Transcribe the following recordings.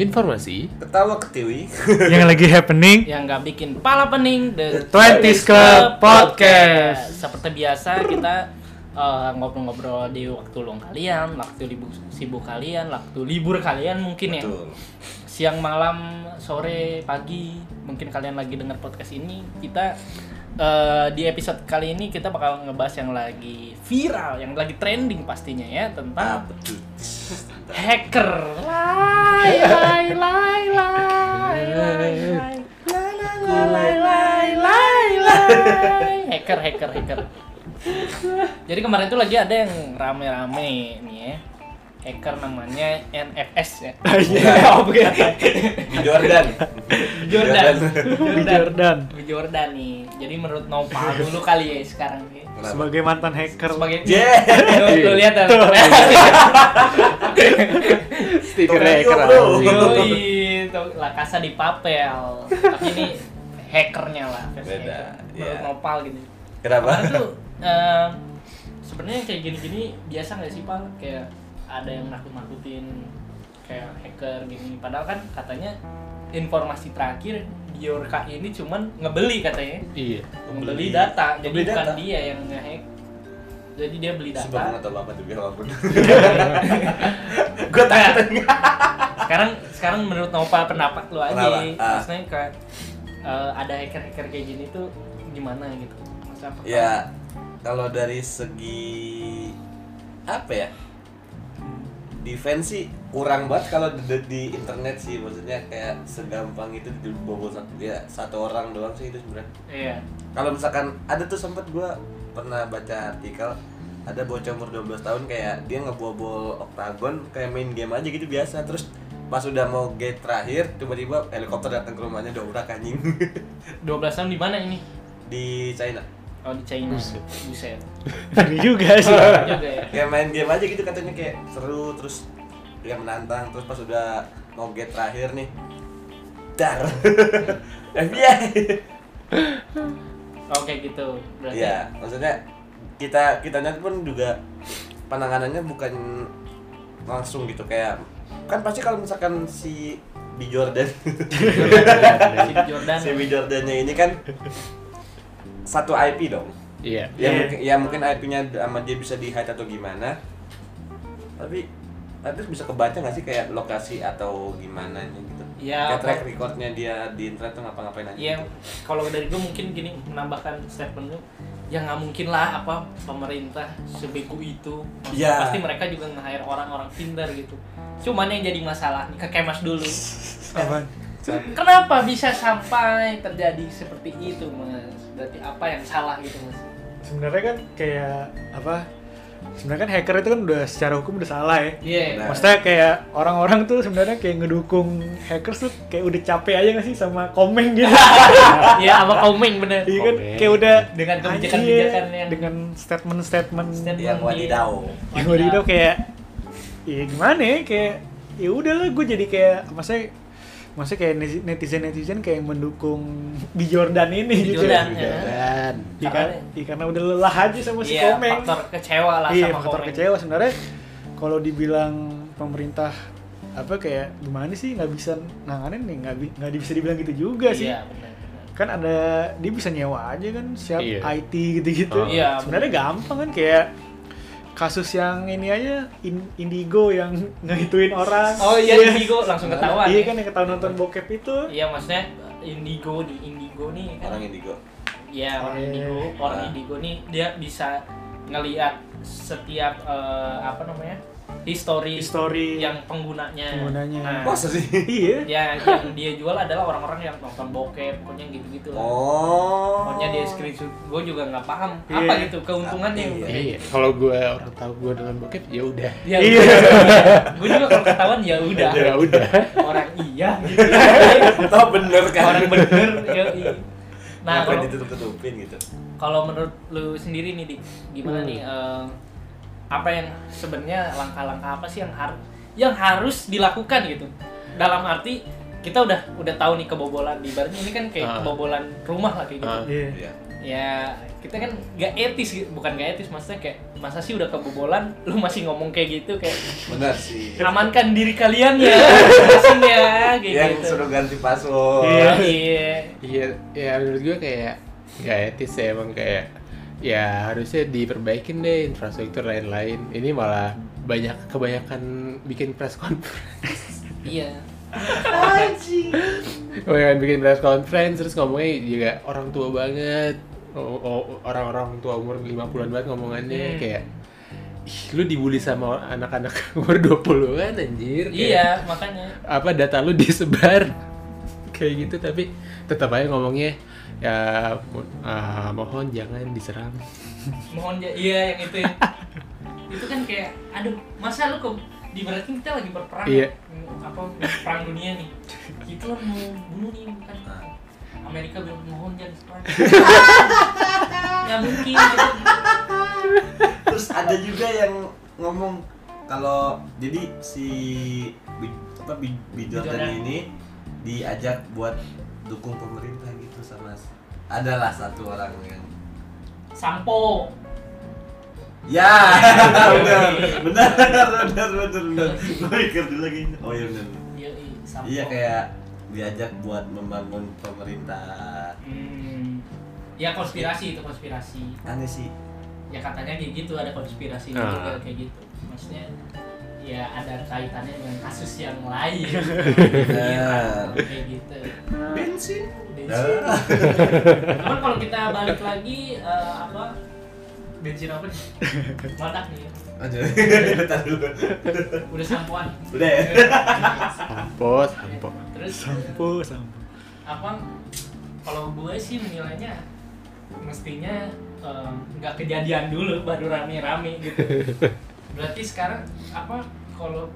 Informasi Ketawa ketiwi. yang lagi happening yang nggak bikin pala pening The 20s Club Podcast. Seperti biasa kita eh, ngobrol-ngobrol di waktu luang kalian, waktu libur sibuk kalian, waktu libur kalian mungkin ya. Betul. Siang, malam, sore, pagi, mungkin kalian lagi dengar podcast ini. Kita eh, di episode kali ini kita bakal ngebahas yang lagi viral, yang lagi trending pastinya Ah, ya tentang betul. hacker. Lai lai lai lai lai lai. Lai, lai, lai, lai, lai. Hacker hacker hacker. Jadi kemarin itu lagi ada yang rame-rame nih ya. Hacker namanya NFS ya. Oh, bukan. Di Jordan. Jordan. di Jordan Di Jordan nih. Jadi menurut Nopal dulu kali ya sekarang nih. Kenapa? sebagai mantan hacker Sebagai Yeah. Tuh, tuh, lihat tuh. Stiker Tokyo, hacker bro. Yoi, itu La Casa di Papel. Tapi ini hackernya lah, versi Beda, iya. hacker. Menurut Nopal gitu. Kenapa? Padahal tuh eh, sebenarnya kayak gini-gini biasa nggak sih Pak? Kayak ada yang nakut-nakutin kayak hacker gini. Padahal kan katanya informasi terakhir Bjorka ini cuman ngebeli katanya. Iya Ngebeli data. Jadi Ngebeli bukan data. dia yang ngehack. Jadi dia beli data. Sebelum atau apa tuh biar apapun. Gue takut. sekarang sekarang menurut Nopal pendapat lu aja Kenapa? Ah. maksudnya kayak eh, ada hacker-hacker kayak gini tuh gimana gitu Mas apa Ya, kalau dari segi apa ya? Defense sih kurang banget kalau di, di internet sih maksudnya kayak segampang itu dibobol satu ya satu orang doang sih itu sebenarnya. iya kalau misalkan ada tuh sempet gua pernah baca artikel ada bocah umur 12 tahun kayak dia ngebobol oktagon kayak main game aja gitu biasa terus pas udah mau gate terakhir tiba-tiba helikopter datang ke rumahnya dobrak anjing 12 tahun di mana ini di China oh di China buset, Ngeri juga sih juga ya kayak main game aja gitu katanya kayak seru terus dia menantang terus pas udah mau gate terakhir nih dar FBI oke gitu berarti Iya, maksudnya kita kitanya pun juga penanganannya bukan langsung gitu kayak kan pasti kalau misalkan si B Jordan si Jordan si B Jordannya ini kan satu IP dong. Iya Ya Iya. mungkin ya mungkin IP-nya sama dia bisa di hide atau gimana. Tapi tapi bisa kebaca nggak sih kayak lokasi atau gimana gitu. Iya, Kayak track recordnya dia di internet tuh ngapa-ngapain aja. Iya, gitu. kalau dari gue mungkin gini menambahkan statement lu, ya nggak mungkin lah apa pemerintah sebego itu. Maksudnya Iya. Pasti mereka juga nge-hire orang-orang pintar gitu. Cuman yang jadi masalah nih ke Kemas dulu. Apaan? Kenapa bisa sampai terjadi seperti itu, Mas? Berarti apa yang salah gitu, Mas? sebenarnya kan kayak apa sebenarnya kan hacker itu kan udah secara hukum udah salah ya Iya. Nah. Maksudnya kayak orang-orang tuh sebenarnya kayak ngedukung hackers tuh kayak udah capek aja gak sih sama komen gitu. Iya, sama komen bener. Iya kan Komen. kayak udah Dengan kebijakan-kebijakan anjir, yang- dengan statement-statement Statement Iya, Yang wadidaw. yang gue itu Iya, kayak gitu, ya gimana ya kayak ya udahlah gue jadi kayak maksudnya maksudnya kayak netizen netizen kayak mendukung di Jordan ini Di gitu Jordan, ya. Dan Ya, kan? Ya, karena udah lelah aja sama si Iya, komen faktor kecewa lah iya sama faktor komen. kecewa sebenarnya kalau dibilang pemerintah apa kayak gimana sih nggak bisa nanganin nih nggak bi- nggak bisa dibilang gitu juga sih Iya, bener. bener. kan ada dia bisa nyewa aja kan siap Iya. IT gitu-gitu Oh. Iya, sebenarnya gampang kan kayak kasus yang ini aja in- Indigo yang ngehituin orang Oh iya, Indigo langsung ketahuan. iya ya. kan yang ketahuan nonton bokep itu Iya maksudnya indigo nih, indigo nih kan. Orang indigo. Iya orang Eh. indigo, orang Ah. indigo nih dia bisa ngelihat setiap eh, apa namanya history, History. yang penggunanya. Penggunanya. Nah, Masa sih? iya ya yang dia jual adalah orang-orang yang nonton bokep, pokoknya gitu-gitu lah. Oh. Pokoknya dia screenshot, gue juga nggak paham Iya. apa gitu keuntungannya. Ah, iya. Iya Kalau gue orang tahu gue dengan bokep ya udah Ya, Iya. gue juga kalau ketahuan ya udah. Ya udah Orang iya, gitu. Tau bener kan? orang bener. Ya, iya. Nah, Kenapa kalau- ditutup-tutupin gitu? Kalau menurut lu sendiri nih, Dik, gimana Hmm. nih eh, apa yang sebenarnya langkah-langkah apa sih yang harus yang harus dilakukan gitu? Dalam arti kita udah udah tahu nih kebobolan di Barney ini kan kayak Ah. kebobolan rumah lah kayak gitu. Ah. iya Iya. ya kita kan gak etis gitu. bukan gak etis maksudnya kayak masa sih udah kebobolan lu masih ngomong kayak gitu kayak benar sih amankan diri kalian ya masing ya kayak yang gitu suruh ganti password Iya. iya Iya, ya menurut gue kayak nggak etis ya emang kayak ya harusnya diperbaikin deh infrastruktur lain-lain. Ini malah banyak kebanyakan bikin press conference, iya kebanyakan bikin press conference terus ngomongnya juga orang tua banget, O- o- Oh, orang-orang tua umur 50-an banget ngomongannya Hmm. kayak Ih, lu dibully sama anak-anak umur 20-an anjir. Kayak, iya makanya apa data lu disebar kayak gitu tapi tetap aja ngomongnya ya mo- ah, mohon jangan diserang mohon ya iya yang itu ya. itu kan kayak aduh masa lu kok diberatin kita lagi berperang Iya. ya? apa perang dunia nih Hitler mau bunuh nih kan Amerika bilang mohon jangan perang nggak mungkin terus ada juga yang ngomong kalau jadi si Bi- apa Bi- Bidodan. Bidodan ini diajak buat dukung pemerintah gitu sama adalah satu orang yang sampo ya benar benar benar benar benar Gua mikir dulu lagi oh iya benar iya iya, sampo iya kayak diajak buat membangun pemerintah Hmm. ya konspirasi itu konspirasi aneh sih ya katanya kayak gitu ada konspirasi Ah. juga kayak gitu maksudnya ya ada kaitannya dengan kasus yang lain Iya, Benar. kayak gitu bensin bensin Cuman kalau kita balik lagi eh, apa bensin apa nih? Meledak nih. ya. aja Bentar dulu. Udah sampoan. udah ya Ah, sampo sampo Terus Sampo, sampo. apa kalau gue sih menilainya mestinya eh, nggak kejadian dulu baru rame-rame gitu. Berarti sekarang apa kalau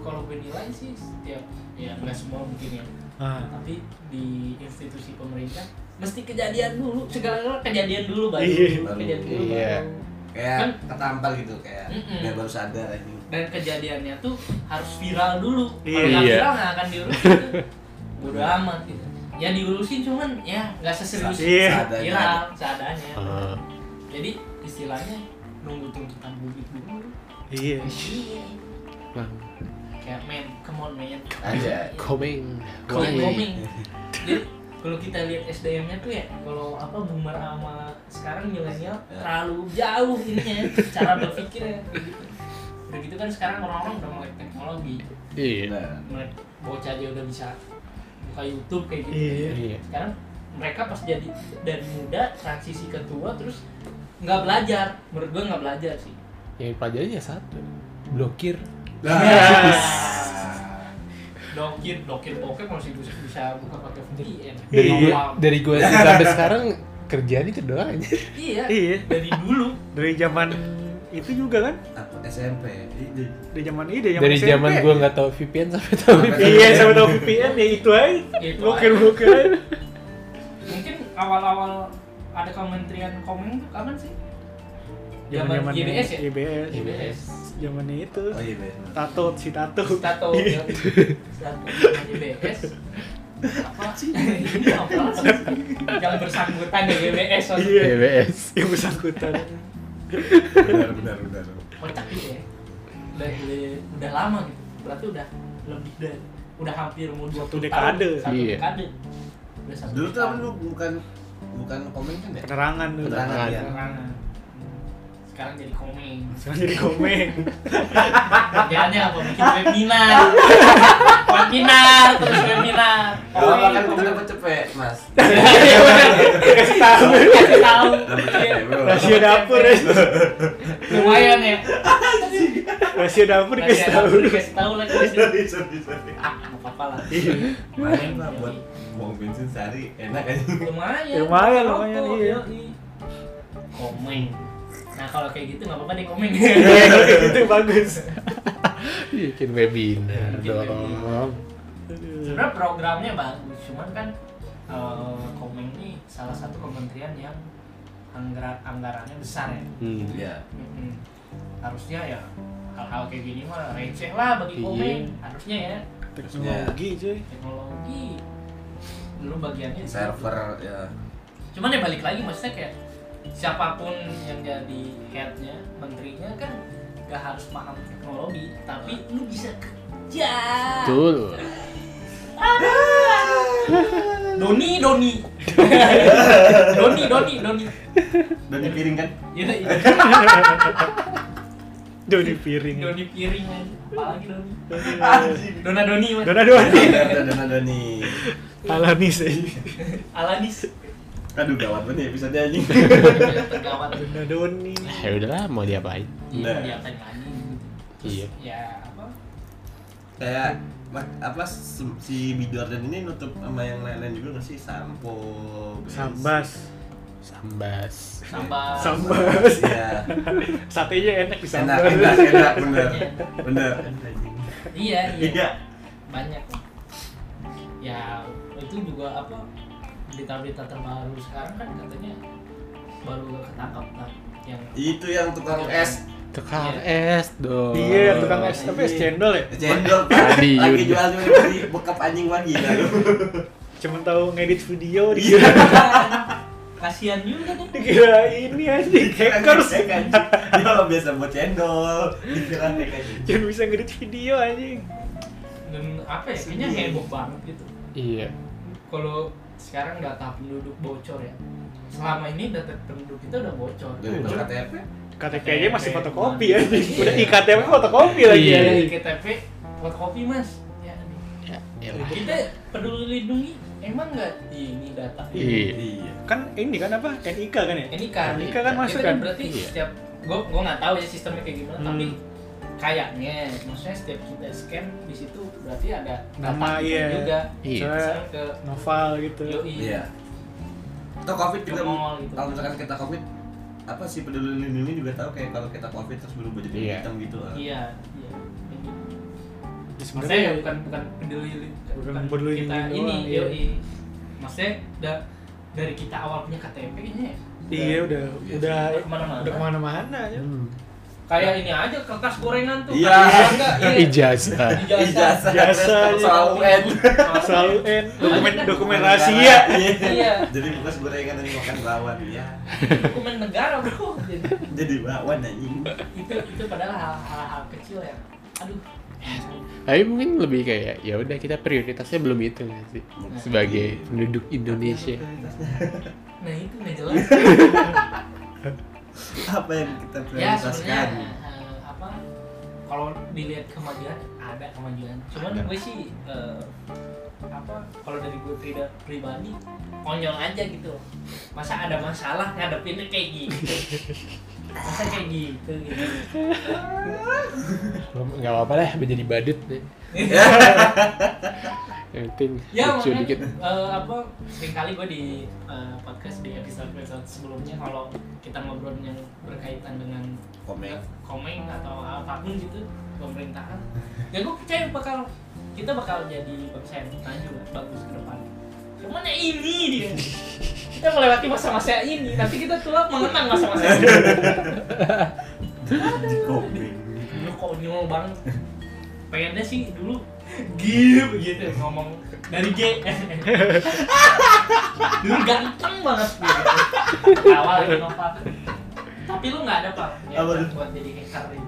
kalau gue nilai sih setiap ya nggak semua mungkin ya Ah. tapi di institusi pemerintah mesti kejadian dulu segala kejadian dulu baru Iya. kejadian dulu Iya. baru kayak ketampar gitu kayak Mm-mm. biar baru sadar ini dan kejadiannya tuh harus viral dulu kalau Iya. nggak Iya. viral nggak akan diurusin tuh. bodo amat gitu ya diurusin cuman ya nggak seserius Iya. viral seadanya Ah, jadi istilahnya nunggu tuntutan publik dulu Iya. bang, kayak men come on men Aja. coming Keep Why? coming. Jadi kalau kita lihat SDM-nya tuh ya, kalau apa boomer sama sekarang milenial Ya. terlalu jauh ininya cara berpikirnya. Udah gitu kan sekarang orang-orang udah melek teknologi, iya Benar. melek bocah aja udah bisa buka YouTube kayak gitu. Iya. iya Sekarang mereka pas jadi dari muda transisi ke tua terus nggak belajar, menurut gua nggak belajar sih. yang pelajarannya satu blokir Nah. Dokir, dokir bokep masih bisa, bisa buka pakai VPN. dari Iya. gue Awal. dari gue sampai sekarang kerjaan itu doang aja Iya. Iya. Dari dulu. Dari zaman itu juga kan? Apa, SMP Ini Dari zaman ide, zaman dari SMP. zaman gue nggak tahu VPN sampai tahu VPN Iya, sama tahu VPN ya itu aja. Itu Gokil gokil. Mungkin awal-awal ada kementerian komen tuh kapan sih? Zaman Zaman-zamannya YBS ya? YBS. IBS. Zamannya itu. oh iya benar Tato si tato. Stato Iya. Stato YBS apa sih? Ini apa sih? yang bersangkutan ya YBS Iya. E IBS Yang bersangkutan. benar benar benar kocak gitu ya udah, udah, udah lama gitu berarti udah lebih dari udah hampir mau dua Satu dekade. satu Iya. dekade udah satu dulu tuh apa dekade. lu bukan bukan komen kan ya Penerangan dulu. Penerangan ya Sekarang- sekarang jadi komeng Sekarang jadi komen. kerjaannya apa bikin webinar webinar terus webinar Gak apa kan kita Komeng. dapat cepet mas Kasih tahu. Kasih tahu Iya. Dapat cepet bro Rahasia dapur ya. lumayan ya Rahasia dapur dikasih Kasih tahu. tahu dikasih tahu lagi Sorry, sorry, sorry. ah nggak apa-apa lah Iya. Main lah buat buang bensin sehari enak aja lumayan Lumayan, Rokok, lumayan, iya. yoi. komeng nah kalau kayak gitu nggak apa-apa deh komeng Iya, kayak gitu bagus. bikin webinar Iya, Bikin webinar. dong Aduh. sebenarnya programnya bagus cuman kan eh, komeng ini salah satu kementerian yang anggaran anggarannya besar ya Hmm. Iya. ya Mm-mm. harusnya ya hal-hal kayak gini mah receh lah bagi Iya. komeng harusnya ya Teknologi cuy. teknologi dulu bagiannya server ya cuman ya balik lagi maksudnya kayak siapapun yang jadi headnya menterinya kan gak harus paham teknologi tapi lu bisa kerja Ah. Betul. Doni Doni Doni Doni Doni Doni piring kan? Iya, iya. Doni piring. Doni piring aja. apalagi Doni Anjing. Dona Doni Mas. Dona Doni. Dona Dona Doni. Alanis aja. Alanis Aduh gawat banget ya episode anjing. tergawat Dona Doni. Ya udahlah mau diapain? iya Nah. diapain lagi Terus, Iya. ya apa Kayak ma- apa se- si Bjordan ini nutup sama yang lain-lain juga nggak sih sampo bensin. Sambas. Sambas. sambal Sambas. iya Satenya enak di enak sambas. enak enak bener bener iya iya iya banyak ya itu juga apa berita-berita terbaru sekarang kan katanya baru ketangkap lah yang itu yang tukang es Tukang es dong. Iya, tukang es tapi es cendol ya. cendol Tadi, lagi Yun. jual jual di bekap anjing lagi lah lu Cuman tahu ngedit video Iya. dikira, kasihan juga nih dikira ini anjing hackers. Hack, anjing. dia kalau biasa buat cendol dikira hack anjing. Jangan bisa ngedit video anjing. dan apa ya kayaknya Sedih. heboh banget gitu Iya. kalau sekarang data penduduk bocor ya selama ini data penduduk kita udah bocor Dari Cuma KTP KTP aja masih KTP. fotokopi anjing. Iya. Udah iktp fotokopi lagi Iya. dari anjing. KTP fotokopi mas ya, Ya, elah. Iya. kita peduli lindungi emang nggak ini data Iya. iya Kan ini kan apa? NIK kan ya? ini kan NIK kan Itu masuk kan? berarti Iya. setiap gua gua nggak tahu ya sistemnya kayak gimana Hmm. tapi kayaknya maksudnya setiap kita scan di situ berarti ada Nama, data kita iya. juga Iya. Iya. misalnya ke Noval gitu. yoi iya atau covid juga ke mall gitu kalau misalkan kita covid apa sih peduli lindungi juga tahu kayak kalau kita covid terus berubah jadi Iya. hitam gitu lah iya iya Kayak gitu. Ya, maksudnya ya sebenarnya bukan bukan peduli Bukan peduli kita lindungi ini doang, iya. yoi maksudnya da- dari kita awal punya KTP kayaknya ya. iya udah Iya. udah Udah kemana-mana. udah kemana-mana ya. Hmm. kayak ini aja kertas gorengan tuh Iya. kertas olahraga, iya Ijazah. ijazah Ijazah. soal UN Selalu N dokumen Iya. dokumen rahasia. Iya. jadi bukan gorengan dan makan lawan ya dokumen negara bro Jadi, jadi bakwan anjing itu itu padahal hal- hal-hal kecil ya aduh Tapi mungkin lebih kayak ya udah kita prioritasnya belum itu nggak sih sebagai penduduk Indonesia. nah itu nggak jelas apa yang kita ya prioritaskan sebenarnya eh, apa kalau dilihat kemajuan ada kemajuan cuman Ada. gue sih eh, apa kalau dari gue prida- pribadi konyol aja gitu masa ada masalah ngadepinnya kayak gitu masa kayak gitu gitu Nggak apa-apa lah menjadi badut deh. Yang penting ya lucu makanya dikit. eh, apa seringkali gue di eh, podcast di episode episode sebelumnya kalau kita ngobrol yang berkaitan dengan komen komeng atau apapun gitu pemerintahan ya gue percaya bakal kita bakal jadi bangsa yang maju kan, bagus ke depan cuman ya ini dia kita melewati masa-masa ini nanti kita tua mengenang masa-masa ini di komen dulu konyol banget pengennya sih dulu gib gitu ngomong dari G dulu ganteng banget gitu. awal lagi nopal tapi lu nggak ada pak ya, Apa buat, tuh? buat jadi hacker ini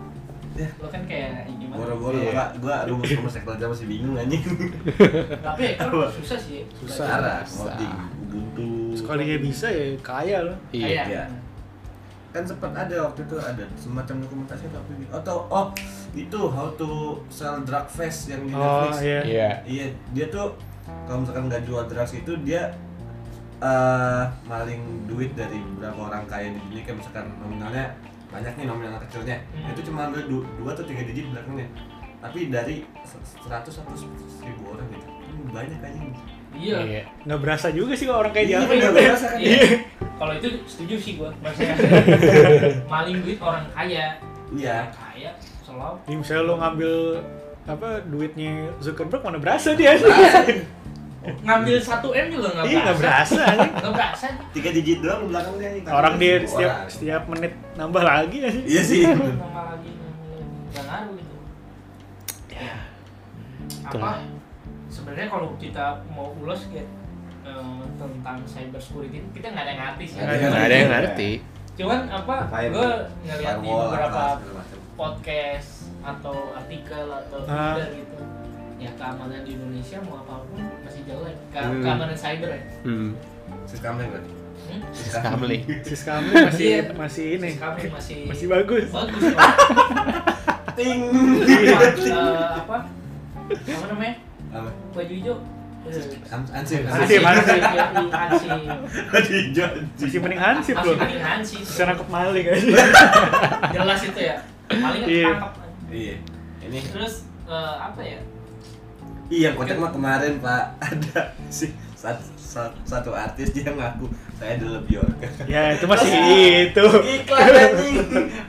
Ya. lu kan kayak ini banget boro-boro Iya. gua gua rumus rumus sektor aja masih bingung anjing tapi hacker Apa? susah sih Susah. cara ngoding ubuntu Sekalinya bisa ya kaya loh. Iya. Iya. kan sempat ada waktu itu ada semacam dokumentasi tapi atau oh itu how to sell drug fest yang di Oh Netflix iya. Iya. iya dia tuh kalau misalkan nggak jual drugs itu dia eh maling duit dari beberapa orang kaya di dunia kayak misalkan nominalnya banyak nih nominal kecilnya Hmm. itu cuma ada du- dua atau tiga digit belakangnya tapi dari se- 100 atau 1000 orang gitu Hmm, banyak aja iya Iya. Nggak berasa juga sih kalau orang kaya Iya, jalan. bener, gitu ya. berasa kan? Iya. kalau itu setuju sih gua maksudnya maling duit orang kaya iya orang kaya selalu Ini misalnya lo ngambil apa duitnya Zuckerberg mana berasa dia? ngambil 1 m juga nggak Iya nggak berasa berasa. anjing. nggak berasa tiga digit doang belakangnya nih, tapi Nah, Orang dia seribu setiap orang. setiap menit nambah lagi ya anjing. iya sih nama lagi nggak ngaruh gitu ya apa Itulah. sebenarnya kalau kita mau ulas kayak eh, tentang cyber security kita nggak ada yang ngerti sih. Nggak nggak ada yang ngerti Cuman apa? Kayak Gue ngeliat di firewall, beberapa apa segala macam. podcast atau artikel atau Ah. Twitter gitu. Ya keamanan di Indonesia mau apapun masih jelek. Ke- Hmm. Keamanan cyber ya. hmm Siskamling berarti. Hmm? skamling sis kamu masih Iya. masih ini Kami masih masih bagus bagus. Pak. Ting. Sama, eh, apa? Apa namanya? Apa? Baju hijau. Ans- Ansip. Ansip, ansip. Hansip. Hijau, masih anjing. mending hansip Hansip. loh Iya. mending Hansip. bisa nangkep maling aja Jelas itu ya. Paling Iya. ketangkap. Iya. Ini Terus eh, apa ya? Iya, yang kocak mah kemarin Pak ada si sat- sat- satu, artis dia ngaku saya adalah Bjorka. ya itu masih itu Iklan anjing.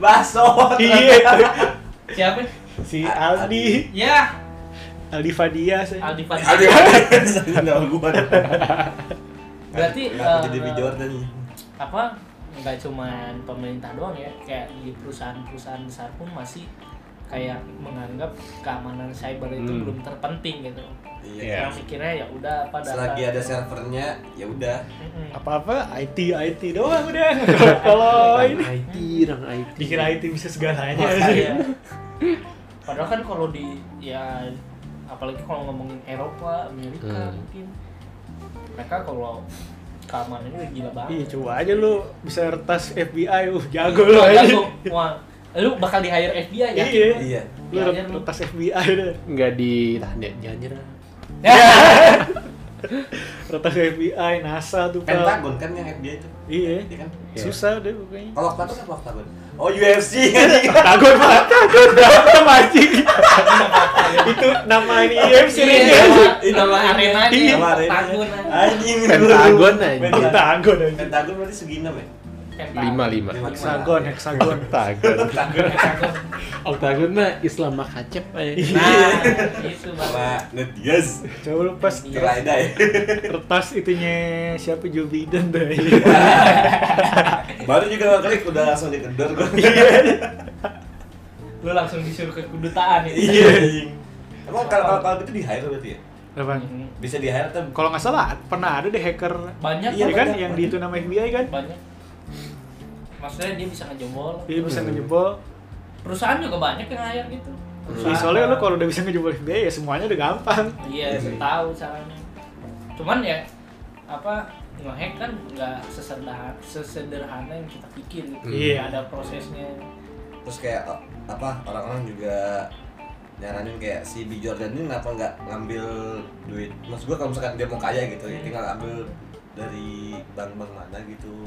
Baso. iya itu. Siapa? si Aldi Ya, Aldi Fadia saya Aldi Aduh, Fadli. nama gua. Berarti, Ngaku eh, jadi Iya. Bjorka nih. Apa? Nggak cuman pemerintah doang ya. Kayak di perusahaan-perusahaan besar pun masih kayak menganggap keamanan cyber itu Hmm. belum terpenting gitu. Iya. Iya. Yang mikirnya ya udah apa data. Selagi ada servernya, ya udah. Mm-mm. apa-apa IT IT doang udah kalau ini IT orang IT pikir IT bisa segalanya sih. Iya. Padahal kan kalau di ya apalagi kalau ngomongin Eropa, Amerika Hmm. mungkin mereka kalau keamanannya udah gila banget. Iya coba aja lu bisa retas FBI, uh jago lu aja. Langsung, Iya. wah, lu bakal di hire FBI ya? Iya. Iya. Lu Iya, iya, lu. retas FBI deh. nggak ditahan ya jangan nyerah Iya. Retas FBI, NASA tuh Pak. Pentagon kan yang FBI itu. Iya. Iya kan? Iya. Susah deh pokoknya. Kalau Octagon apa Octagon? Oh UFC. Takut banget, takut berantem anjing. Itu nama ini UFC Iya, ini. nama- Iya. nama arenanya, Iya. nama Arenanya. arenanya. Anjing. Pentagon, anjing. Pentagon. Takut anjing. Pentagon berarti seginem ya? Pentagon. lima lima Lima. Hexagon, hexagon. Oktagon Pentagon. Oktagon mah Oh, Islam mah kacep aja Iya. Nah, itu Sama banget. Netias. Coba lu pas Iya. Kelaida ya. retas itunya siapa Joe Biden deh. Iya. Baru juga ngeklik udah langsung dikedor gua. Iya, Lu langsung disuruh ke kedutaan ya? Iya. anjing. Emang kalau kalau kalau gitu di hire berarti ya? Apaan? Mhm. Bisa di hire tapi Kalau nggak salah pernah ada deh hacker Banyak Iya kok, kan banyak, yang banyak. di itu nama FBI kan? banyak. Maksudnya dia bisa ngejombol. Dia bisa Hmm. ngejebol. Perusahaan juga banyak yang hire gitu. Ih, Iya, soalnya lu kalau udah bisa ngejebol FBI ya semuanya udah gampang. Iya, Iya. tahu caranya. Cuman ya apa ngehack kan nggak sesederhana, sesederhana yang kita pikir gitu. Iya. Ada prosesnya. terus kayak o- apa orang-orang juga nyaranin kayak si B Jordan ini kenapa nggak ngambil duit? Maksud gua kalau misalkan dia mau kaya gitu, ya tinggal ambil dari bank-bank mana gitu.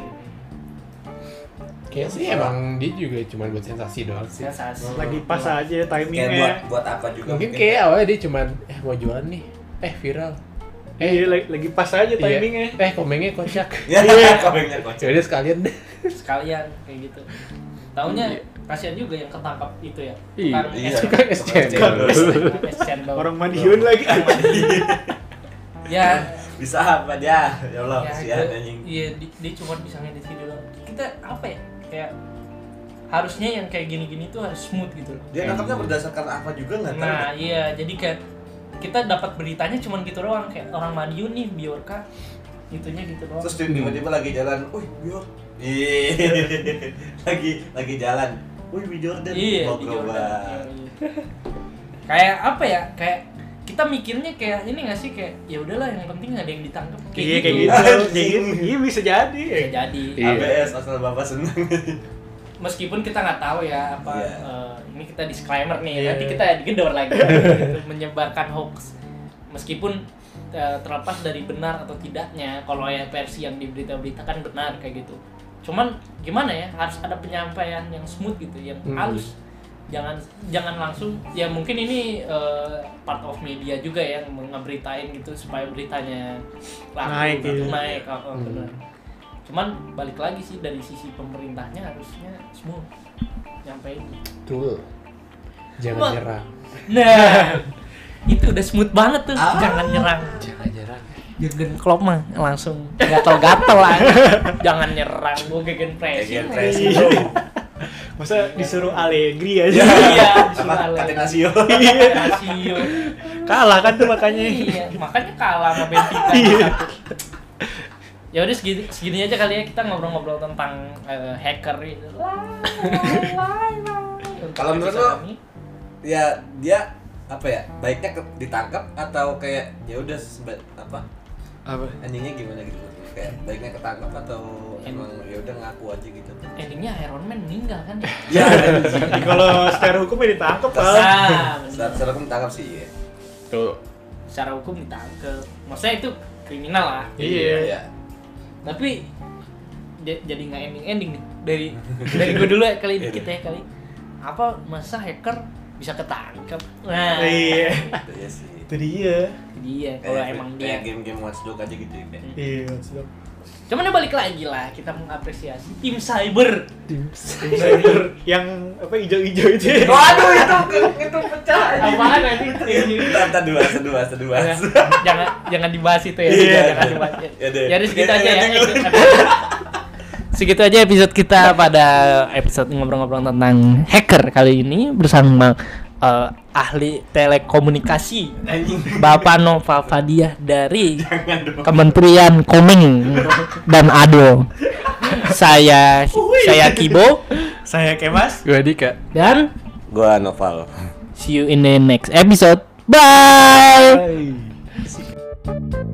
kayaknya sih emang dia juga cuma buat sensasi doang sih Sensasi. Lagi pas Iya. aja Kayak buat timingnya. buat apa juga? ya? mungkin kayak awalnya dia cuma eh mau jualan nih eh viral Eh, iya, lagi, lagi pas aja Iya. timingnya. eh komengnya kocak Ya, ya, kabengnya kocak. jadi sekalian deh sekalian kayak gitu. Iya. Taunya kasihan juga yang ketangkap itu ya. Iya. Tukang Iya. es- tukang es cendol tukang es cendol. Orang Madiun lagi. ya, Bisa apa dia? Ya Allah, ya, kasihan gua- anjing. iya di- dia cuma bisa ngedit video doang. Kita apa ya? Kayak harusnya yang kayak gini-gini tuh harus smooth gitu loh. Dia nangkapnya berdasarkan apa juga nggak tahu. Nah iya jadi kayak kita dapat beritanya cuman gitu doang kayak orang Madiun nih Biorka itunya gitu doang. Terus tiba-tiba lagi jalan, "Wih, Bjork." Iya. Ih, lagi lagi jalan. Wih, Bi Jordan. iya Mau di coba. Jordan. Iya, iya. kayak apa ya kayak kita mikirnya kayak ini nggak sih kayak ya udahlah yang penting nggak ada yang ditangkap Iya kayak gitu. gitu. Kayak gitu. Iya bisa jadi. Bisa jadi Iya. ABS asal Bapak seneng. meskipun kita nggak tahu ya apa Iya. eh, ini kita disclaimer nih Iya. nanti kita digedor lagi gitu, menyebarkan hoax meskipun eh, terlepas dari benar atau tidaknya kalau yang versi yang di berita-berita kan benar kayak gitu cuman gimana ya harus ada penyampaian yang smooth gitu yang Hmm. halus jangan jangan langsung ya mungkin ini eh, part of media juga ya yang ngeberitain gitu supaya beritanya laku, Naik, gitu, iya. naik apa Hmm. benar cuman balik lagi sih dari sisi pemerintahnya harusnya semua nyampein betul Wah. jangan nyerang nah itu udah smooth banget tuh Ah. jangan nyerang jangan nyerang Jurgen Klopp mah langsung gatel-gatel aja jangan nyerang gue gegen Kayak pressing presi. Iya. Masa disuruh Allegri iya aja. Apa disuruh kata Nasio? Lazio. Kalah kan tuh makanya. iya makanya kalah sama Benfica Ya udah segini, segini aja kali ya kita ngobrol-ngobrol tentang eh, hacker gitu. Kalau menurut lo- ya dia apa ya baiknya ke- ditangkap atau kayak ya udah sebe- apa apa anjingnya gimana gitu kayak baiknya ketangkap atau emang ya udah ngaku aja gitu endingnya Iron Man meninggal kan? ya Jadi kalau secara hukumnya ditangkep pal Ah, bener. saat saat aku ditangkap sih ya tuh Secara hukum ditangkep. Maksudnya itu kriminal lah. Iya. Tapi j- jadi nggak ending ending nih dari dari gue dulu ya kali Iya, dikit ya kali. Apa masa hacker bisa ketangkep? Nah, Iya. Gitu ya sih Itu dia. dia kalau emang dia. kayak game-game watchdog aja gitu ya kayak. Iya, sedap. Cuman ya balik lagi lah kita mengapresiasi tim cyber. Tim Snyder yang apa hijau-hijau itu. ya. waduh itu itu pecah Apaan ya, nanti? tante dua dua dua Ya, Iya. jangan jangan dibahas itu ya. Iya. jangan dibahas. Iya deh. Jadi segitu Iya, aja iya, ya. iya. Segitu aja episode kita pada episode ngobrol-ngobrol tentang hacker kali ini bersama eh, ahli telekomunikasi anjing Bapak Nova Fadiah dari jangan dong Kementerian Komeng dan Ado. Saya saya Kibo Saya Kemas. gue Dika dan gua novel See you in the next episode. Bye. Hai.